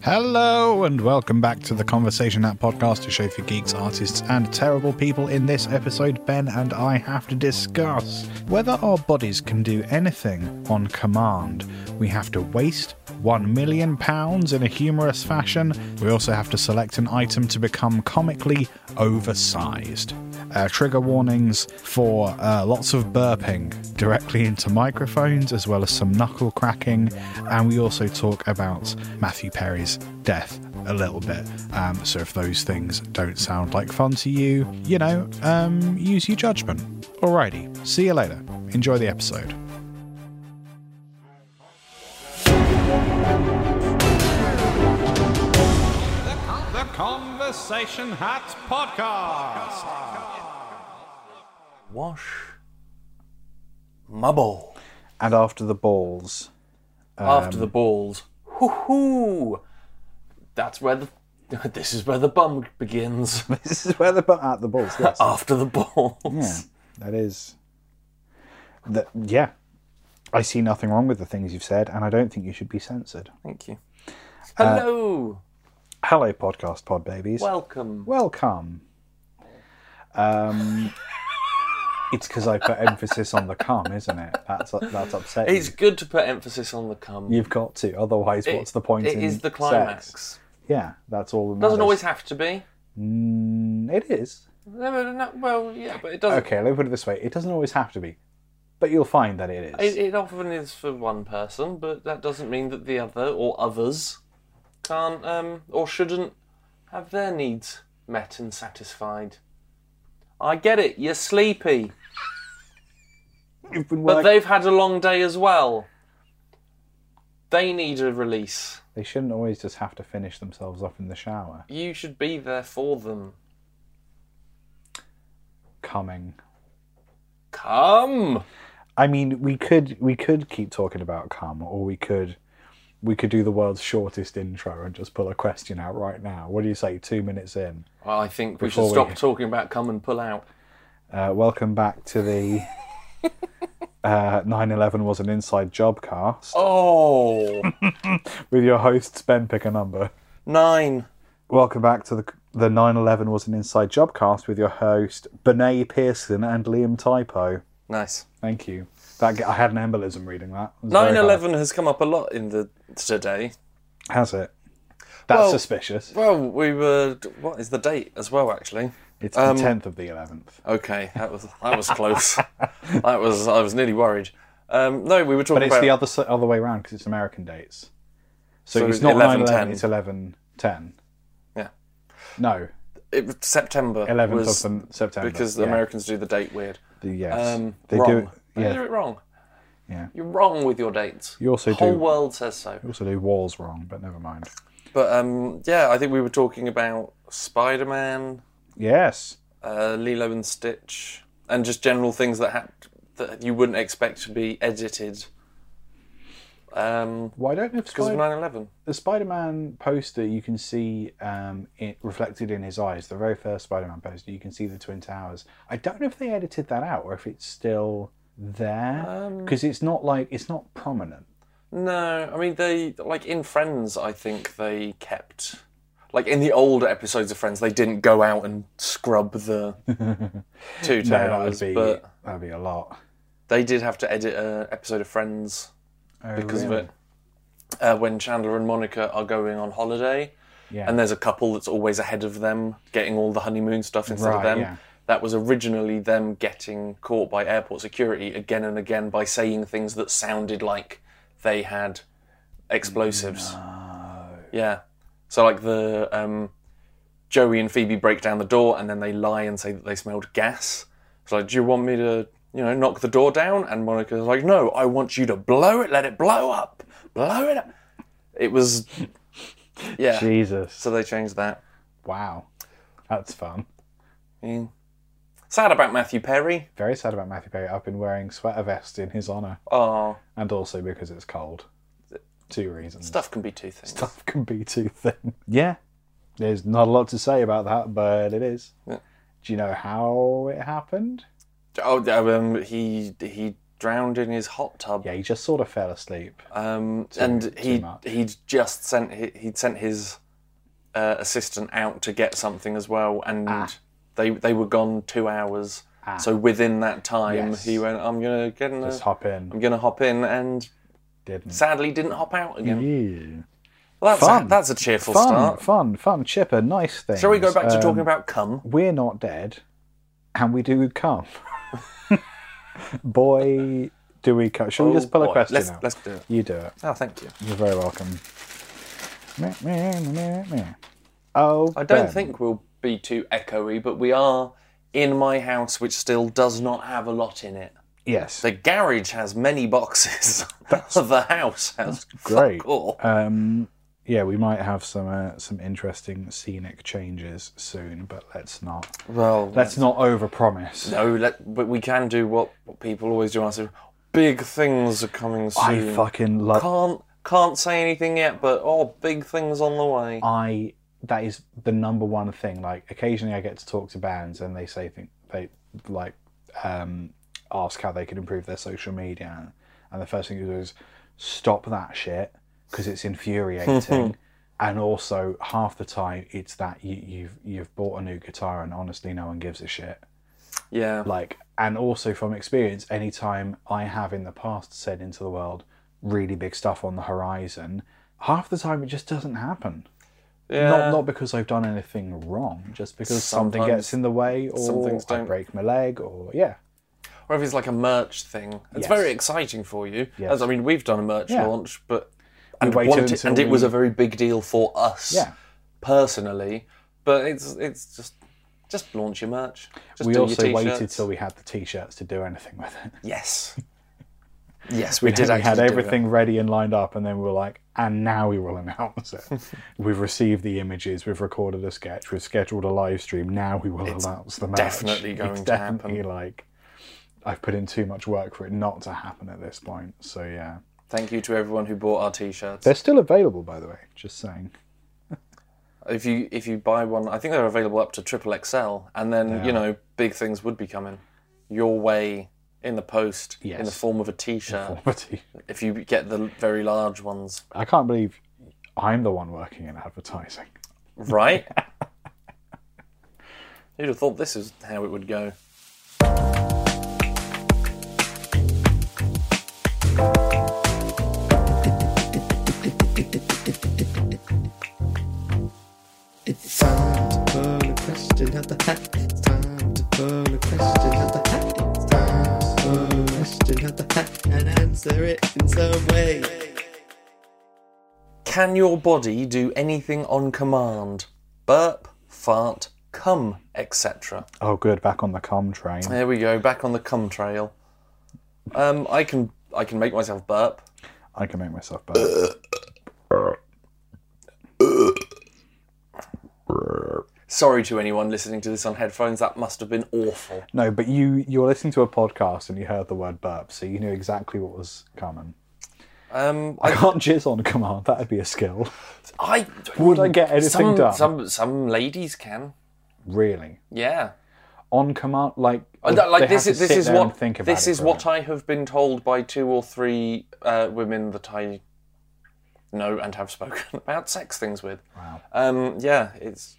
Hello and welcome back to the Conversation App podcast to show for geeks, artists, and terrible people. In this episode, Ben and I have to discuss whether our bodies can do anything on command. We have to waste one million pounds in a humorous fashion. We also have to select an item to become comically oversized. Uh, trigger warnings for uh, lots of burping directly into microphones, as well as some knuckle cracking. And we also talk about Matthew Perry's death a little bit. Um, so if those things don't sound like fun to you, you know, um, use your judgment. Alrighty, see you later. Enjoy the episode. The Conversation Hat Podcast. Wash. Mubble. And after the balls, After Um, the balls. Hoo hoo! That's where the. This is where the bum begins. this is where the butt at the balls. Yes. After the balls. Yeah, that is. That yeah, I see nothing wrong with the things you've said, and I don't think you should be censored. Thank you. Uh, Hello! Hello, podcast pod babies. Welcome. Welcome. Um, it's because I put emphasis on the cum, isn't it? That's that's upsetting. It's good to put emphasis on the cum. You've got to, otherwise, what's the point? It in is the sex? climax. Yeah, that's all. That Doesn't matters. always have to be. Mm, it is. No, no, no, well, yeah, but it doesn't. Okay, let me put it this way: it doesn't always have to be, but you'll find that it is. It, it often is for one person, but that doesn't mean that the other or others can't um, or shouldn't have their needs met and satisfied. I get it, you're sleepy, You've been but working. they've had a long day as well. They need a release. They shouldn't always just have to finish themselves off in the shower. You should be there for them. Coming. Come! I mean, we could we could keep talking about cum, or we could we could do the world's shortest intro and just pull a question out right now. What do you say? Two minutes in. Well, I think we Before should stop we- talking about come and pull out. Uh, welcome back to the uh, 9/11 was an inside job cast Oh, with your hosts Ben Pick a Number. nine. Welcome back to the the 9/11 was an inside job cast with your host Benay Pearson and Liam Typo. Nice. Thank you. That g- I had an embolism reading that. It was very Nine bad. eleven has come up a lot in the today. Has it? That's Well- suspicious. Well, we were. What is the date as well? Actually, It's Um, the 10th of the 11th. okay, that was that was close. that was I was nearly worried. Um, no, we were talking But it's about the other s- other way around because it's American dates. So, So it's it's not 11, 9 11, 10. it's 11 10. Yeah. No, it was September. 11th was of them- September. because the yeah. Americans do the date weird. The- yes. Um, they wrong. do. They Yeah. do it wrong. Yeah. You're wrong with your dates. You also the whole do- world says so. They also do walls wrong, but never mind. But um, yeah, I think we were talking about Spider-Man, Yes. uh, Lilo and Stitch, and just general things that had that you wouldn't expect to be edited. Um, Why don't if because of Spider- 9/11. the Spider-Man poster you can see um, it reflected in his eyes? The very first Spider-Man poster, you can see the Twin Towers. I don't know if they edited that out or if it's still there Um, because it's not like it's not prominent. No, I mean they like in Friends. I think they kept like in the older episodes of Friends, they didn't go out and scrub the No, two towers, that would be but that would be a lot they did have to edit an episode of Friends because Oh, really? of it. Uh, when Chandler and Monica are going on holiday, Yeah. and there's a couple that's always ahead of them, getting all the honeymoon stuff instead Right, of them. yeah. That was originally them getting caught by airport security again and again by saying things that sounded like they had explosives. Yeah. So like the um, Joey and Phoebe break down the door and then they lie and say that they smelled gas. It's like, do you want me to, you know, knock the door down? And Monica's like, no, I want you to blow it, let it blow up, blow it up. It was, yeah. Jesus. So they changed that. Wow. That's fun. I mean, sad about Matthew Perry. Very sad about Matthew Perry. I've been wearing sweater vest in his honour. Oh, And also because it's cold. Two reasons. stuff can be two things. Stuff can be too thin. Yeah. There's not a lot to say about that, but it is. Yeah. Do you know how it happened? Oh, um, he he drowned in his hot tub. Yeah, he just sort of fell asleep. Um, and he much. he'd just sent hi- he'd sent his uh, assistant out to get something as well, and Ah. they they were gone two hours. So within that time, Yes. he went. I'm gonna get in. Just A, hop in. I'm gonna hop in, and Didn't. sadly didn't hop out again. Yeah. Well, that's Mm-hmm. Fun. A, that's a cheerful Fun, um, start. fun, fun, chipper, nice thing. Shall we go back to talking about cum? We're not dead, and we do come. boy, do we come. Shall we Oh, just pull a boy. question Let's- out? let's do it. You do it. Oh, thank you. You're very welcome. Meh, meh, meh, meh. Oh, I don't Ben. think we'll be too echoey, but we are in my house, which still does not have a lot in it. Yes. The garage has many boxes. the house has great. fuck all. Um, yeah, we might have some uh, some interesting scenic changes soon, but let's not Well, let's not overpromise. no, let, but we can do what, what people always do. I say, big things are coming soon. I fucking love. can't can't say anything yet, but oh, big things on the way. I that is the number one thing. Like occasionally, I get to talk to bands, and they say things they like um, ask how they could improve their social media, and the first thing you do is stop that shit because it's infuriating. And also, half the time, it's that you, you've you've bought a new guitar, and honestly, no one gives a shit. yeah, like and also from experience anytime i have in the past said into the world really big stuff on the horizon half the time it just doesn't happen yeah. not not because i've done anything wrong just because something Sometimes gets in the way some or things i don't. break my leg or yeah or if it's like a merch thing, it's Yes. very exciting for you. Yes. As I mean, we've done a merch Yeah. launch, but and, waited wanted, until and it was we- a very big deal for us Yeah. personally. But it's it's just just launch your merch. Just we do also your t-shirts. waited till we had the t-shirts to do anything with it Yes. Yes, we, did. we had actually do everything ready and lined up and then we were like and now we will announce it we've received the images we've recorded a sketch we've scheduled a live stream now we will announce the match definitely going it's to definitely like i've put in too much work for it not to happen at this point so yeah that. Thank you to everyone who bought our t-shirts. they're still available by the way just saying If you if you buy one, I think they're available up to triple XL, and then you know big things would be coming your way in the post in the Yes. form of a t-shirt. Quality. if you get the very large ones, i can't believe i'm the one working in advertising right? You'd have thought this is how it would go. It's time to pull a question out the hat. It's time to pull a question out the hat. It's time to pull a question out the hat and answer it in some way. Can your body do anything on command? Burp, fart, cum, etc. oh good back on the com train There we go, back on the cum trail. Um, I can I can make myself burp. i can make myself better Sorry to anyone listening to this on headphones. That must have been awful. no but you you're listening to a podcast and you heard the word burp so you knew exactly what was coming Um, I I, can't jizz on command. That'd be a skill. I Would I get anything some, done? Some some ladies can. Really, Yeah. on command, like And that- they like this have is to this sit is there what and think about this it is for a what I have been told by two or three uh, women that I know and have spoken about sex things with. Wow. Um, yeah, it's.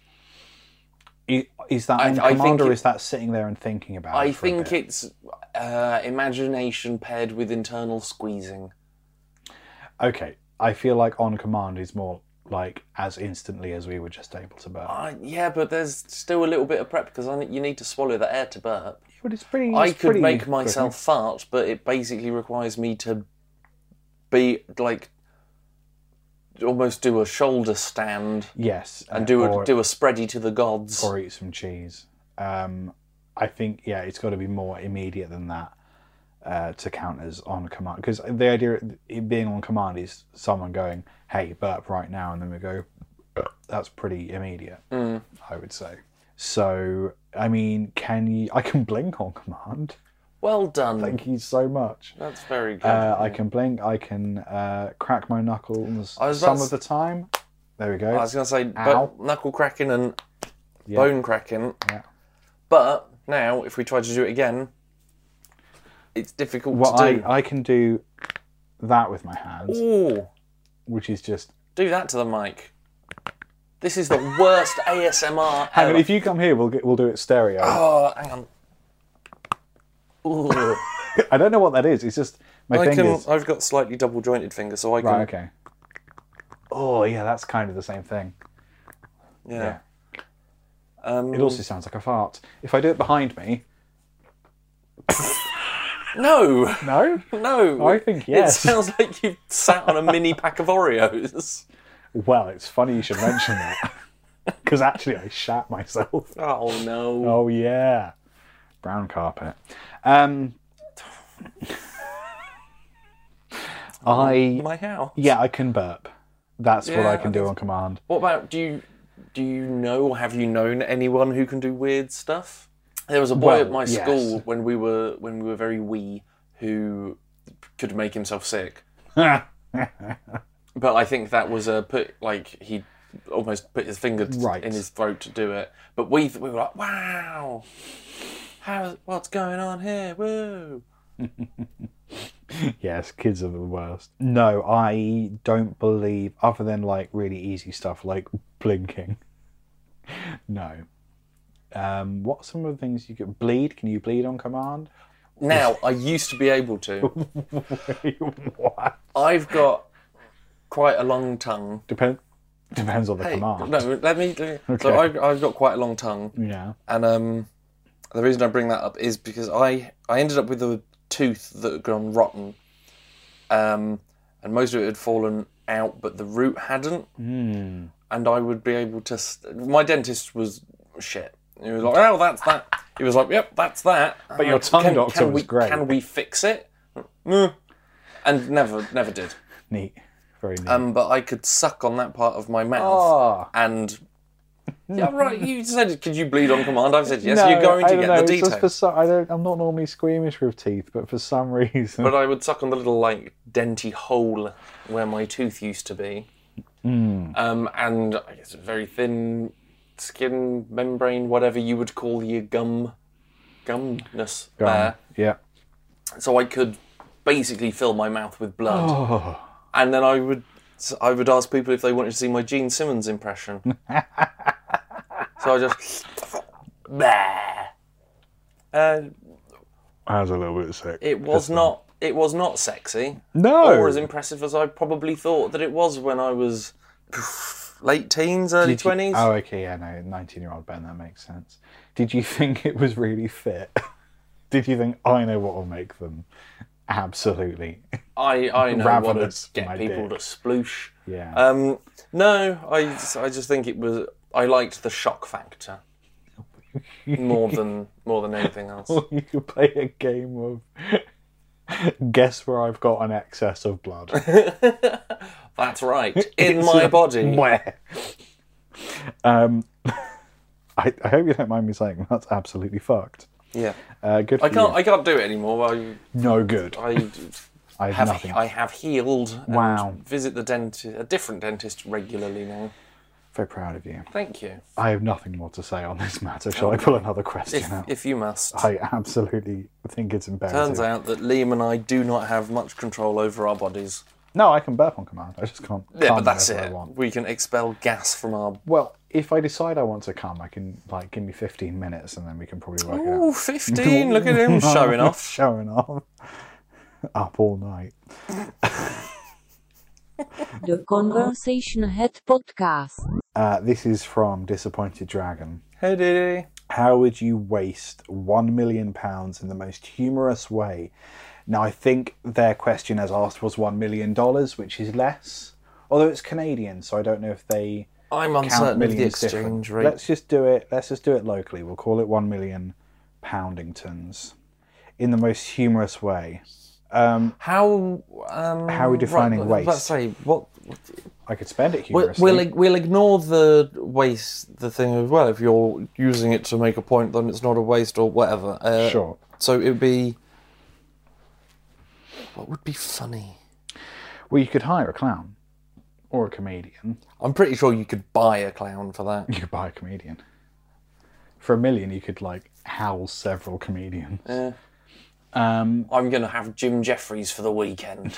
minute. I- Is that I- on I think command, or it- is that sitting there and thinking about it? I for a think bit? it's uh, imagination paired with internal squeezing. okay. I feel like on command is more like as instantly as we were just able to burp. Uh, yeah, but there's still a little bit of prep because I, you need to swallow the air to burp. but it's pretty. I it's could pretty make quick. myself fart, but it basically requires me to be like almost do a shoulder stand Yes, and uh, do a or, do a spready to the gods. or eat some cheese. Um, I think yeah, it's got to be more immediate than that uh, to count as on command. Because the idea of it being on command is someone going, "Hey, burp right now," and then we go, "That's pretty immediate," Mm. I would say. So I mean, can you? I can blink on command. well done. Thank you so much. That's very good. Uh, I can blink. I can uh, crack my knuckles I was about some to of the time. There we I go. was going to say Ow. but knuckle cracking and bone cracking. Yeah. But now, if we try to do it again, it's difficult Well, to do. I, I can do that with my hands, Ooh, which is just. do that to the mic. This is the worst ASMR Hang on, ever. if you come here, we'll get, we'll do it stereo. Oh, hang on. Ooh. I don't know what that is. It's just my I can, fingers. I've got slightly double jointed fingers, so I can. Right. Okay. Oh yeah, that's kind of the same thing. Yeah. Um, It also sounds like a fart. If I do it behind me, no, no. no. I think yes. It sounds like you've sat on a mini pack of Oreos. Well, it's funny you should mention that because actually I shat myself. Oh no. Oh yeah, brown carpet. Um, I My how? yeah, I can burp. That's what Yeah, I can I do think- on command. What about do you do you know or have you known anyone who can do weird stuff? There was a boy Well, at my yes. school when we were when we were very wee who could make himself sick. But I think that was a put like he almost put his finger t- Right. in his throat to do it. But we we were like, wow, how what's going on here? Woo! Yes, kids are the worst. No, I don't believe, other than like really easy stuff like blinking. No. Um, what are some of the things you can bleed? Can you bleed on command? Now I used to be able to. what? I've got quite a long tongue. Depend, depends on the Hey, command. no, let me. Let me Okay. So I've, I've got quite a long tongue. Yeah. And um, the reason I bring that up is because I, I ended up with a tooth that had gone rotten. Um, and most of it had fallen out, but the root hadn't. Hmm. And I would be able to. St- My dentist was shit. He was like, oh, that's that. He was like, yep, that's that. But your tongue doctor can was we, great." Can we fix it? Mm. And never, never did. Neat. Very neat. Um, but I could suck on that part of my mouth. Ah. And yeah, right. You said, "Could you bleed on command?" I've said yes. No, you're going I to don't get know, the it's just details. for some, I don't, I'm not normally squeamish with teeth, but for some reason. But I would suck on the little like denty hole where my tooth used to be. Hmm. Um, and I guess a very thin skin membrane, whatever you would call your gum, gumness there. yeah. So I could basically fill my mouth with blood. Oh. And then I would, I would ask people if they wanted to see my Gene Simmons impression. so I just, bah. Uh, That was a little bit sick. it was not. It was not sexy No! or as impressive as I probably thought that it was when I was late teens, early Did you- twenties. Oh, okay, yeah, no, nineteen-year-old Ben, that makes sense. Did you think it was really fit? Did you think I know what will make them? Absolutely. I I know what Ravenous, to get my people dick. to sploosh. Yeah. Um, no, I just- I just think it was. I liked the shock factor more than more than anything else. you could play a game of guess where I've got an excess of blood That's right, in It's my like, body. Where? um, I, I hope you don't mind me saying that's absolutely fucked. Yeah, Uh, good. For I can't You. I can't do it anymore. I No good. I, I have, have nothing. I have healed. and Wow. Visit the dentist, a different dentist regularly now. Very proud of you. Thank you. I have nothing more to say on this matter. Oh Shall I pull another question If, out? if you must. I absolutely think it's embarrassing. Turns out that Liam and I do not have much control over our bodies. No, I can burp on command. I just can't. Yeah, cum but that's whenever it. I want. We can expel gas from our. Well, if I decide I want to come, I can like give me fifteen minutes, and then we can probably work it Ooh, 15. Look at him showing out. off. Showing off. Up all night. The Conversation Head Podcast. Uh, this is from Disappointed Dragon. Hey, Diddy. How would you waste one million pounds in the most humorous way? Now, I think their question as asked was one million dollars, which is less. Although it's Canadian, so I don't know if they I'm count uncertain of the millions exchange different. rate. Let's just do it. Let's just do it locally. We'll call it one million poundingtons in the most humorous way. How. Um, How are we defining right, I was about to waste? say, what. I could spend it We'll, humorously. we'll, ig- we'll ignore the waste, the thing as well. If you're using it to make a point, then it's not a waste or whatever. Uh, Sure. So it would be. What would be funny? Well, you could hire a clown or a comedian. I'm pretty sure you could buy a clown for that. You could buy a comedian for a million. You could like house several comedians. Um, I'm going to have Jim Jeffries for the weekend.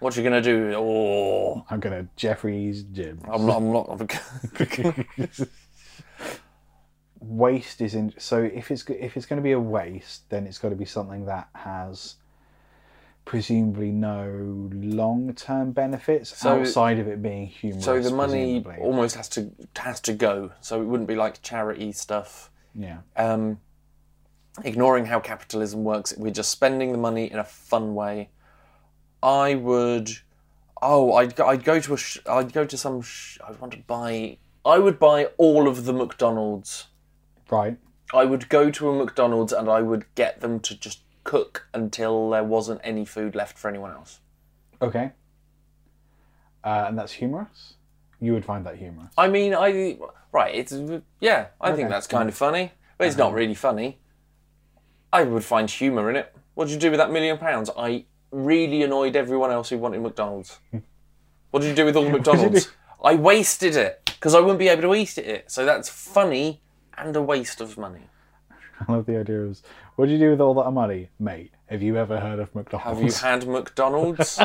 what you going to do? Oh, I'm going to Jeffrey's gym. I'm not. I'm not. I'm- waste is in. So if it's if it's going to be a waste, then it's got to be something that has presumably no long term benefits So- outside of it being humorous. so the money presumably. almost has to has to go. So it wouldn't be like charity stuff. yeah, Um, ignoring how capitalism works, we're just spending the money in a fun way. I would. Oh, I'd go, I'd go to a. Sh- I'd go to some. Sh- I'd want to buy. I would buy all of the McDonald's. right. I would go to a McDonald's and I would get them to just cook until there wasn't any food left for anyone else. Okay. Uh, and that's humorous. You would find that humorous. I mean, I right, it's yeah, I think Okay. Uh-huh. that's kind of funny, but it's not really funny. I would find humour in it. What did you do with that million pounds? I really annoyed everyone else who wanted McDonald's. what did you do with all the did you McDonald's? do? I wasted it because I wouldn't be able to eat it. So that's funny and a waste of money. I love the idea of what do you do with all that money, mate? Have you ever heard of McDonald's? Have you had McDonald's?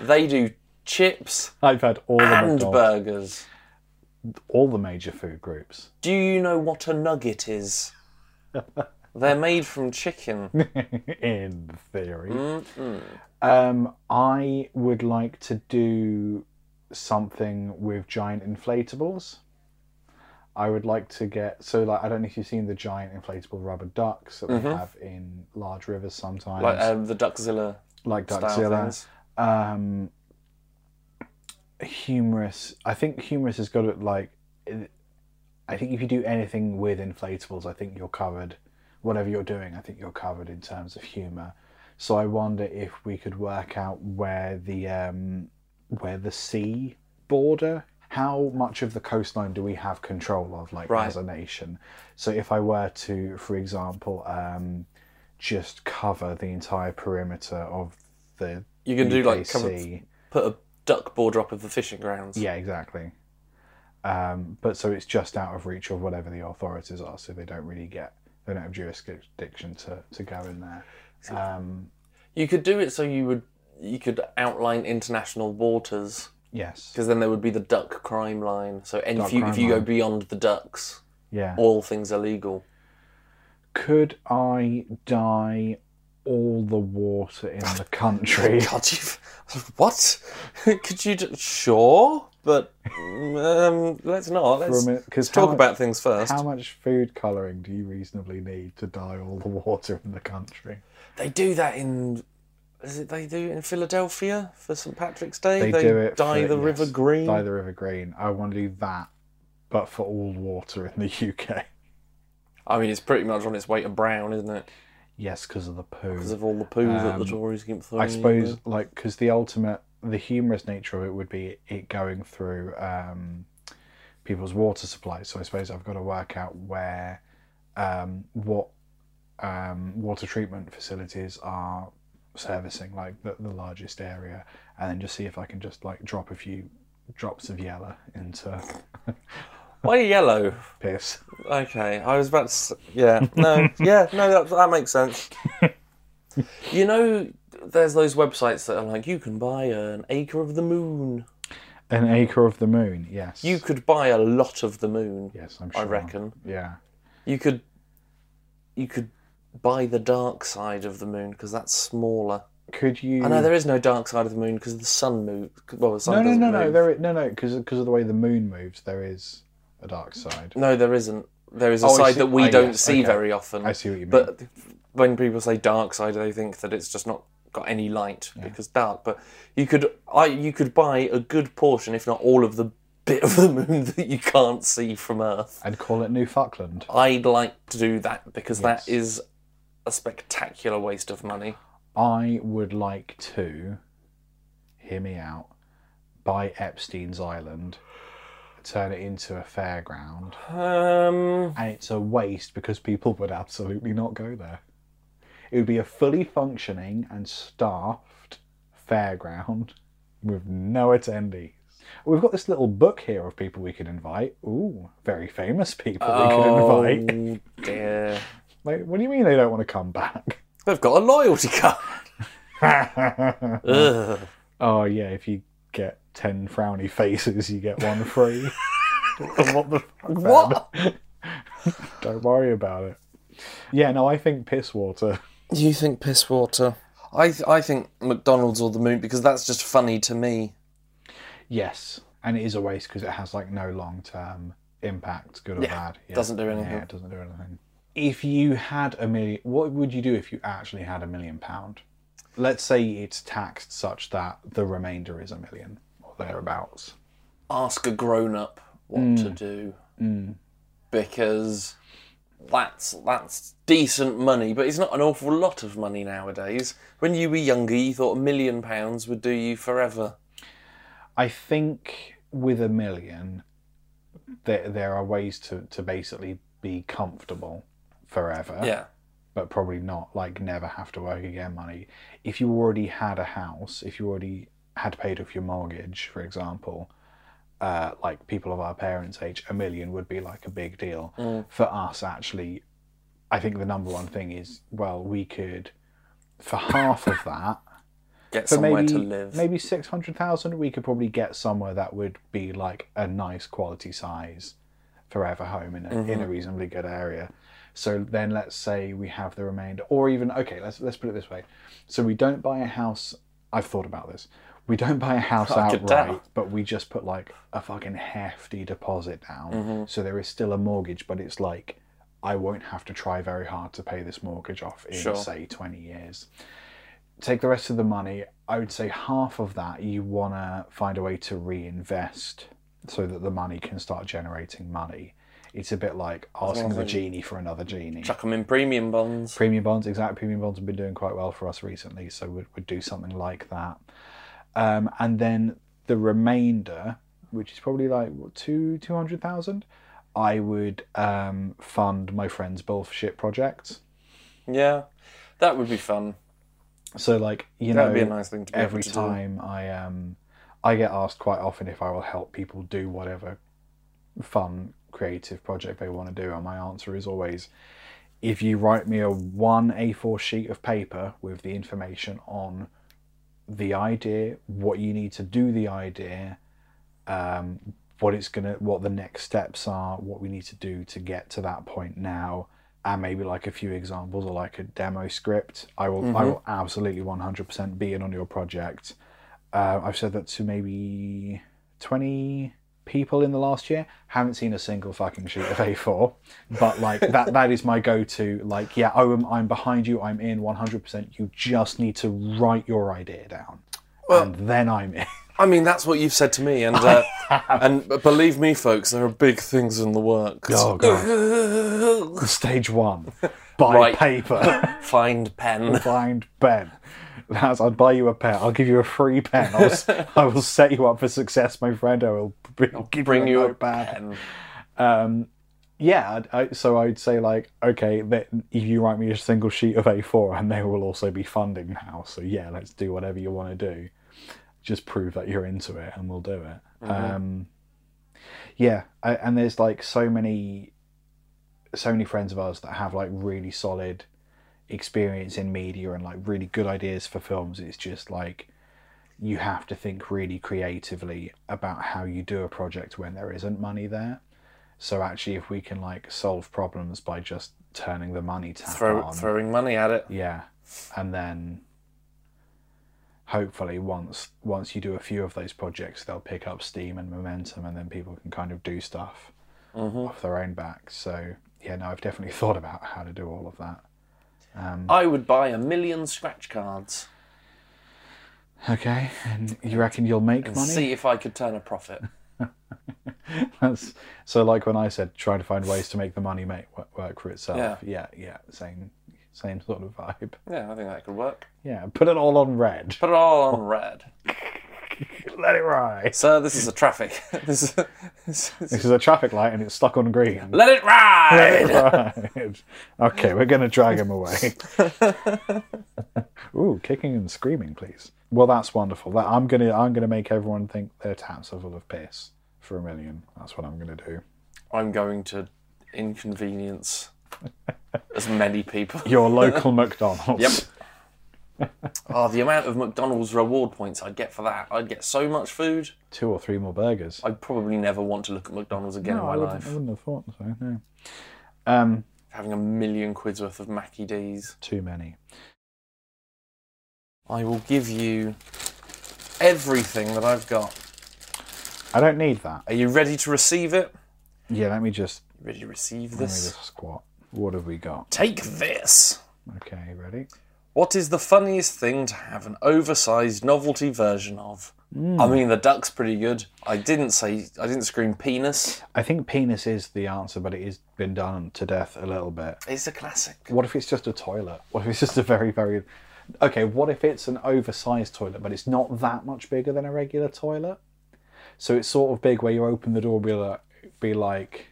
they do chips I've had all the and McDonald's, burgers. all the major food groups. Do you know what a nugget is? They're made from chicken. in theory. Um, I would like to do something with giant inflatables. I would like to get so like I don't know if you've seen the giant inflatable rubber ducks that we have in large rivers sometimes, Mm-hmm. like like, um, the Duckzilla style Duckzilla. things. Um, humorous. I think humorous has got to like. I think if you do anything with inflatables, I think you're covered. Whatever you're doing, I think you're covered in terms of humor. So I wonder if we could work out where the um, where the sea border. How much of the coastline do we have control of, like Right. as a nation? So if I were to, for example, um, just cover the entire perimeter of the You can do like UKC. cover, put a duck border up of the fishing grounds. Yeah, exactly. Um, but so it's just out of reach of whatever the authorities are, so they don't really get they don't have jurisdiction to, to go in there. Um, You could do it so you would you could outline international waters yes. because then there would be the duck crime line. So and Duck if you if crime you go line. beyond the ducks, Yeah. all things are legal. Could I dye all the water in the country? God, you what? could you do, sure, but um, let's not. Let's, From it- 'cause let's how talk much- about things first. How much food colouring do you reasonably need to dye all the water in the country? They do that in. Is it they do it in Philadelphia for St Patrick's Day? They, do it. dye for- the yes, river green. Dye the river green. I want to do that, but for all water in the UK. I mean, it's pretty much on its way to brown, isn't it? Yes, because of the poo. Because of all the poo that the Tories keep Um, throwing. I in suppose, there. like, because the ultimate, the humorous nature of it would be it going through um, people's water supply. So I suppose I've got to work out where, um, what um, water treatment facilities are servicing, like, the, the largest area, and then just see if I can just, like, drop a few drops of yellow into Why yellow? piss. Okay, I was about to. s- Yeah, no, yeah, no, that, that makes sense. you know, there's those websites that are like, you can buy an acre of the moon. An acre of the moon, yes. You could buy a lot of the moon. Yes, I'm sure. I reckon Yeah. you could. You could buy the dark side of the moon because that's smaller. Could you. I know there is no dark side of the moon because the sun moves. Well, the sun Hmm. No, no, doesn't no, no. move. There, i- no, no. Because of the way the moon moves, there is a dark side. No, there isn't. There is a Oh, I side see- that we I- don't yes, see okay. very often. I see what you mean. But when people say dark side, they think that it's just not got any light because dark. But you could, I, you could buy a good portion, if not all of the bit of the moon that you can't see from Earth. I'd call it Newfoundland. I'd like to do that because that is a spectacular waste of money. I would like to. Hear me out. Buy Epstein's Island, turn it into a fairground, Um, and it's a waste because people would absolutely not go there. It would be a fully functioning and staffed fairground with no attendees. We've got this little book here of people we could invite. Ooh, very famous people we could invite. oh dear. Like, what do you mean they don't want to come back? They've got a loyalty card. Ugh. Oh yeah, if you get ten frowny faces, you get one free. what the fuck? man? What? Don't worry about it. Yeah, no, I think piss water. You think piss water? I th- I think McDonald's or the moon because that's just funny to me. Yes, and it is a waste because it has like no long term impact, good or Yeah, bad. Yeah. doesn't do anything. Yeah, it doesn't do anything. If you had a million, what would you do if you actually had a million pound? Let's say it's taxed such that the remainder is a million or thereabouts. Ask a grown up what Mm. to do because that's that's decent money, but it's not an awful lot of money nowadays. When you were younger, you thought a million pounds would do you forever. I think with a million, there there are ways to to basically be comfortable forever. Yeah, but probably not like never have to work again money. If you already had a house, if you already had paid off your mortgage, for example, uh, like people of our parents' age, a million would be like a big deal. For us, actually, I think the number one thing is well, we could, for half of that, get for somewhere maybe to live. maybe six hundred thousand, we could probably get somewhere that would be like a nice quality size forever home in a in a Mm-hmm. reasonably good area. So then let's say we have the remainder, or even okay, let's let's put it this way: so we don't buy a house. I've thought about this. We don't buy a house I could outright, tell. but we just put like a fucking hefty deposit down. Mm-hmm. So there is still a mortgage, but it's like I won't have to try very hard to pay this mortgage off in Sure. say twenty years take the rest of the money. I would say half of that you want to find a way to reinvest so that the money can start generating money. It's a bit like asking the genie for another genie. Chuck 'em in premium bonds. Premium bonds, exact premium bonds have been doing quite well for us recently, so we'd, we'd do something like that. Um, and then the remainder, which is probably like what, two two hundred thousand, I would um, fund my friend's bullshit projects. Yeah, that would be fun. So like you That know, would be a nice thing to be able every to do. time I um I get asked quite often if I will help people do whatever fun creative project they want to do, and my answer is always if you write me a one A4 sheet of paper with the information on the idea, what you need to do the idea, um, what it's gonna, what the next steps are, what we need to do to get to that point now, and maybe like a few examples or like a demo script. I will, I will absolutely one hundred percent be in on your project. Uh, I've said that to maybe twenty people in the last year. Haven't seen a single fucking sheet of A4, but like that, that is my go-to. Like, yeah, oh, I'm, I'm behind you. I'm in one hundred percent. You just need to write your idea down. and then I'm in. I mean, that's what you've said to me, and uh, and believe me, folks, there are big things in the works. Oh, Stage one, buy Right. paper. Find pen. Find pen. That's, I'll buy you a pen. I'll give you a free pen. I'll, s- I will set you up for success, my friend. I will br- I'll give Bring you a notepad. pen. Um, Yeah, I'd- I, so I'd say like, okay, that if you write me a single sheet of A4, and they will also be funding now. So yeah, let's do whatever you want to do. Just prove that you're into it, and we'll do it. Um, yeah, I, and there's like so many, so many friends of ours that have like really solid experience in media and like really good ideas for films. It's just like you have to think really creatively about how you do a project when there isn't money there. So actually, if we can like solve problems by just turning the money tap Throw, on, throwing money at it. yeah, and then hopefully once once you do a few of those projects, they'll pick up steam and momentum, and then people can kind of do stuff Mm-hmm. off their own back. So yeah, no, I've definitely thought about how to do all of that. Mm. I would buy a million scratch cards Okay, and you reckon you'll make and money? see if I could turn a profit. That's so like when I said try to find ways to make the money make wo- work for itself. Yeah. yeah, yeah, same same sort of vibe. Yeah, I think that could work. Yeah, put it all on red. Put it all on red. Let it rise. Sir, this is a traffic. this is, this is- This is a traffic light and it's stuck on green. let it ride. Right. Okay, we're going to drag him away. Ooh, kicking and screaming, please. Well, that's wonderful. That I'm gonna I'm gonna make everyone think their taps are full of piss for a million. That's what I'm gonna do. I'm going to inconvenience as many people. Your local McDonald's. Yep. Oh, the amount of McDonald's reward points I'd get for that. I'd get so much food. Two or three more burgers. I'd probably never want to look at McDonald's again No, in my I, wouldn't, I life. wouldn't have thought so. No. Um, Having a million quid's worth of Mackie D's. too many. I will give you everything that I've got. I don't need that. Are you ready to receive it? Yeah, let me just Ready to receive let me this? just squat. What have we got? Take this. Okay, ready? What is the funniest thing to have an oversized novelty version of? Hmm. I mean, the duck's pretty good. I didn't say, I didn't scream penis. I think penis is the answer, but it has been done to death a little bit. It's a classic. What if it's just a toilet? What if it's just a very, very. Okay, what if it's an oversized toilet, but it's not that much bigger than a regular toilet? So it's sort of big where you open the door and be like, be like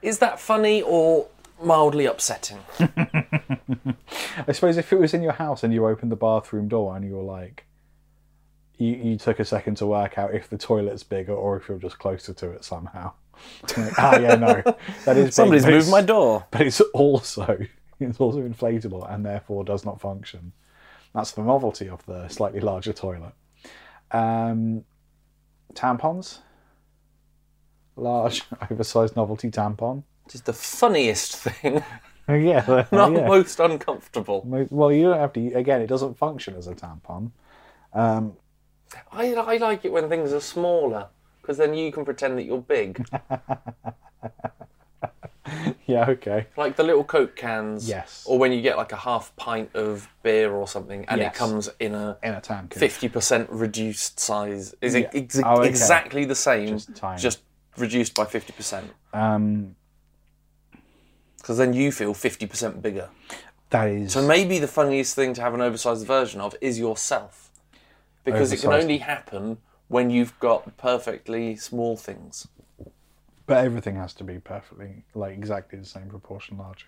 Is that funny or mildly upsetting? I suppose if it was in your house and you opened the bathroom door and you were like, you, you took a second to work out if the toilet's bigger or if you're just closer to it somehow. Like, ah, yeah, no, that is. big, Somebody's but moved it's- my door. but it's also it's also inflatable and therefore does not function. That's the novelty of the slightly larger toilet. Um, tampons, large, oversized novelty tampon. Just the funniest thing, Oh, Yeah, they're- not yeah. most uncomfortable. Mo- Well, you don't have to. Again, it doesn't function as a tampon. Um, I, I like it when things are smaller because then you can pretend that you're big. yeah, okay. like the little Coke cans. Yes. Or when you get like a half pint of beer or something and Yes. it comes in a In a tampon. fifty percent reduced size. Is it Yeah. ex- Oh, okay. exactly the same? Just tiny. just reduced by fifty percent. Um, Because then you feel fifty percent bigger. that is. So maybe the funniest thing to have an oversized version of is yourself, because it can Oversized. only happen when you've got perfectly small things. but everything has to be perfectly, like exactly the same proportion larger.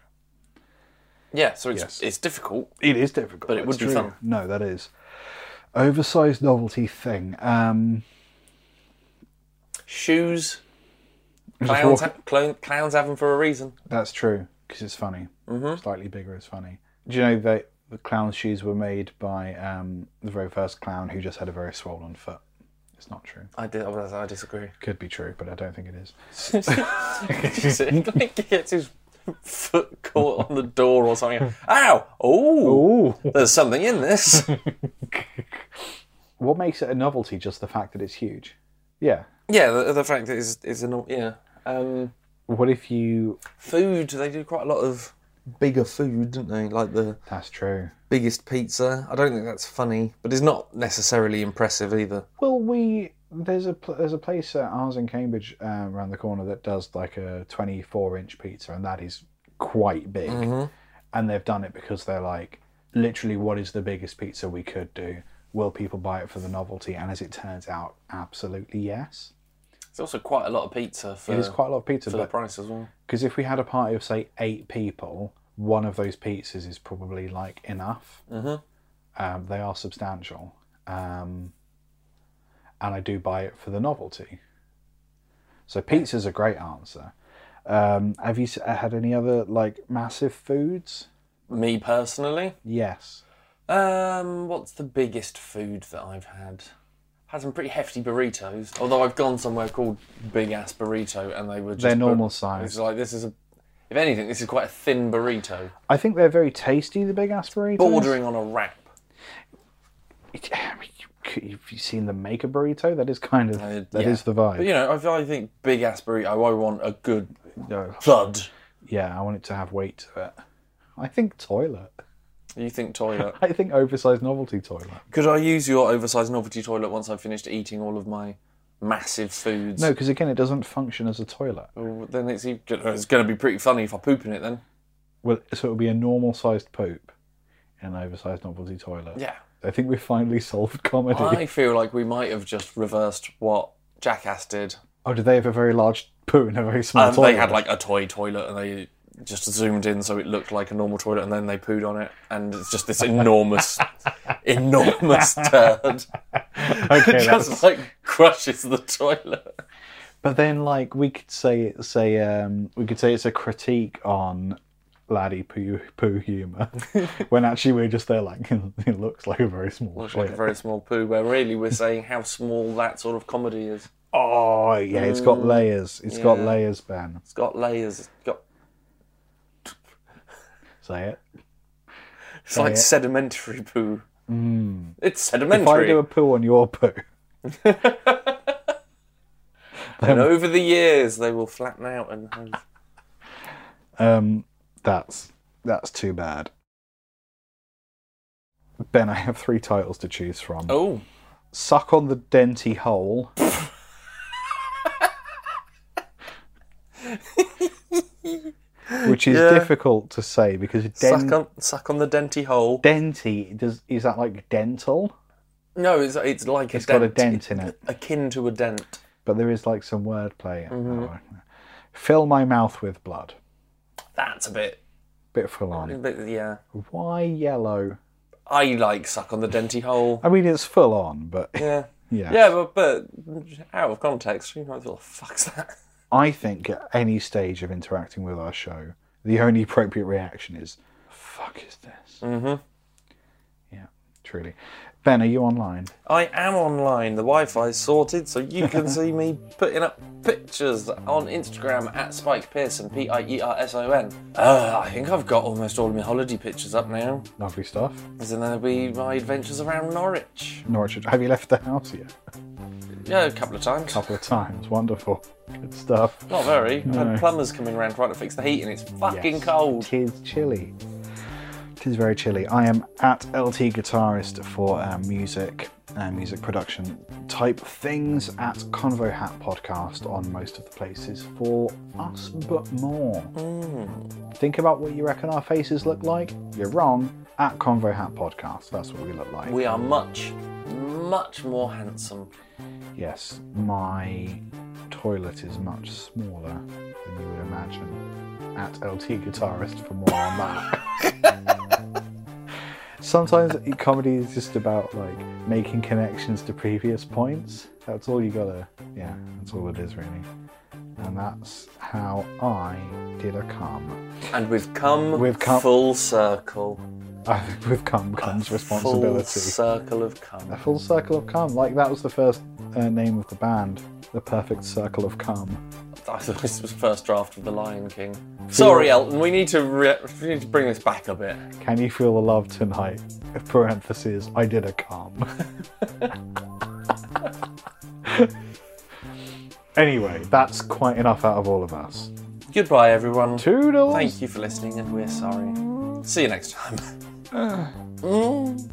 Yeah. So it's Yes. it's difficult. It is difficult. But it would it's be true. fun. No, that is. Oversized novelty thing. Um, Shoes. just Clowns, walk- ha- clown, clowns have them for a reason. that's true, because it's funny. Mm-hmm. Slightly bigger is funny. Do you know that the clown's shoes were made by um, the very first clown who just had a very swollen foot? It's not true. I, di- I disagree. Could be true, but I don't think it is. he gets his foot caught on the door or something. Ow! Oh, Ooh. there's something in this. What makes it a novelty? Just the fact that it's huge. Yeah. yeah, the, the fact is, is an yeah. Um, What if you? food they do quite a lot of bigger food, don't they? Like the That's true. biggest pizza. I don't think that's funny, but it's not necessarily impressive either. Well, we there's a pl- there's a place at ours in Cambridge uh, around the corner that does like a 24 inch pizza, and that is quite big. Mm-hmm. And they've done it because they're like, literally, what is the biggest pizza we could do? Will people buy it for the novelty? And as it turns out, absolutely yes. It's also quite a lot of pizza for, It is quite a lot of pizza, for the but price as well. because if we had a party of say eight people, one of those pizzas is probably like enough. Mm-hmm. Um, they are substantial, um, and I do buy it for the novelty. So pizza's a great answer. Um, have you s- had any other like massive foods? Me personally, Yes. um, what's the biggest food that I've had? Had some pretty hefty burritos. Although I've gone somewhere called Big Ass Burrito, and they were just They're normal It's size. like this is a, if anything, this is quite a thin burrito, I think they're very tasty. The big aspirator. bordering on a wrap. Have you seen them make a burrito? That is kind of that Uh, is yeah. the vibe. But you know, I, I think big ass burrito. I want a good thud. Yeah, I want it to have weight to it. I think toilet. You think toilet? I think oversized novelty toilet. Could I use your oversized novelty toilet once I've finished eating all of my massive foods? No, because again, it doesn't function as a toilet. Well, then it's even, it's going to be pretty funny if I poop in it. Then Well, so it'll be a normal sized poop in an oversized novelty toilet. yeah, I think we've finally solved comedy. I feel like we might have just reversed what Jackass did. Oh, do they have a very large poo in a very small And toilet? Um, they had like a toy toilet and they just zoomed in so it looked like a normal toilet and then they pooed on it and it's just this enormous, enormous turd. Okay, It that's- just like crushes the toilet. But then, like, we could say it's a um, we could say it's a critique on laddie poo poo humor, when actually we're just there like it looks like a very small Looks shit. like a very small poo, where really we're saying how small that sort of comedy is. oh yeah, it's got layers. It's got Mm, yeah. layers, Ben. It's got layers. It's got Say it. it's like it. sedimentary poo. It's Mm. If I sedimentary. do a poo on your poo, and over the years, they will flatten out and have um, that's that's too bad. Ben, I have three titles to choose from. oh, Suck on the denty hole. Which is Yeah. difficult to say because den- suck on suck on the denty hole. denty does is that like dental? no, it's it's like It's a dent. got a dent in it, akin to a dent. but there is like some wordplay. Mm-hmm. Oh, Fill my mouth with blood. That's a bit, Bit full on. but yeah. Why yellow? I like suck on the denty hole. I mean, it's full on, but Yeah. yeah. Yeah, but, but out of context, you might feel, fuck's that? I think at any stage of interacting with our show, the only appropriate reaction is, "Fuck is this?" Mm-hmm. Yeah, truly. Ben, are you online? I am online. The Wi Fi is sorted, so you can see me putting up pictures on Instagram at Spike Pearson, P I E R S O N. Uh, I think I've got almost all of my holiday pictures up now. Lovely stuff. And then there'll be my adventures around Norwich. Norwich. Have you left the house yet? Yeah, a couple of times. A couple of times. Wonderful. Good stuff. Not very. I No. had plumbers coming round trying to fix the heat, and it's fucking Yes. cold. Tis chilly. Tis very chilly. I am at LT Guitarist for uh, music and music production type things at Convo Hat Podcast on most of the places for us, but more. Hmm. Think about what you reckon our faces look like. You're wrong. At Convo Hat Podcast, that's what we look like. We are much, much more handsome. Yes, my toilet is much smaller than you would imagine. At LT Guitarist for more on that. Sometimes comedy is just about like making connections to previous points. That's all you gotta, yeah, that's all it is really. And that's how I did a cum. And we've come, We've come- full circle. I think with cum comes Full responsibility. circle of come. a full circle of cum, like that was the first uh, name of the band, the perfect circle of cum. I thought this was the first draft of The Lion King. Sorry, Elton, we need to re- we need to bring this back a bit. Can you feel the love tonight? Parentheses, I did a cum. anyway, that's quite enough out of all of us. Goodbye, everyone. Toodles! Thank you for listening, and we're sorry. See you next time.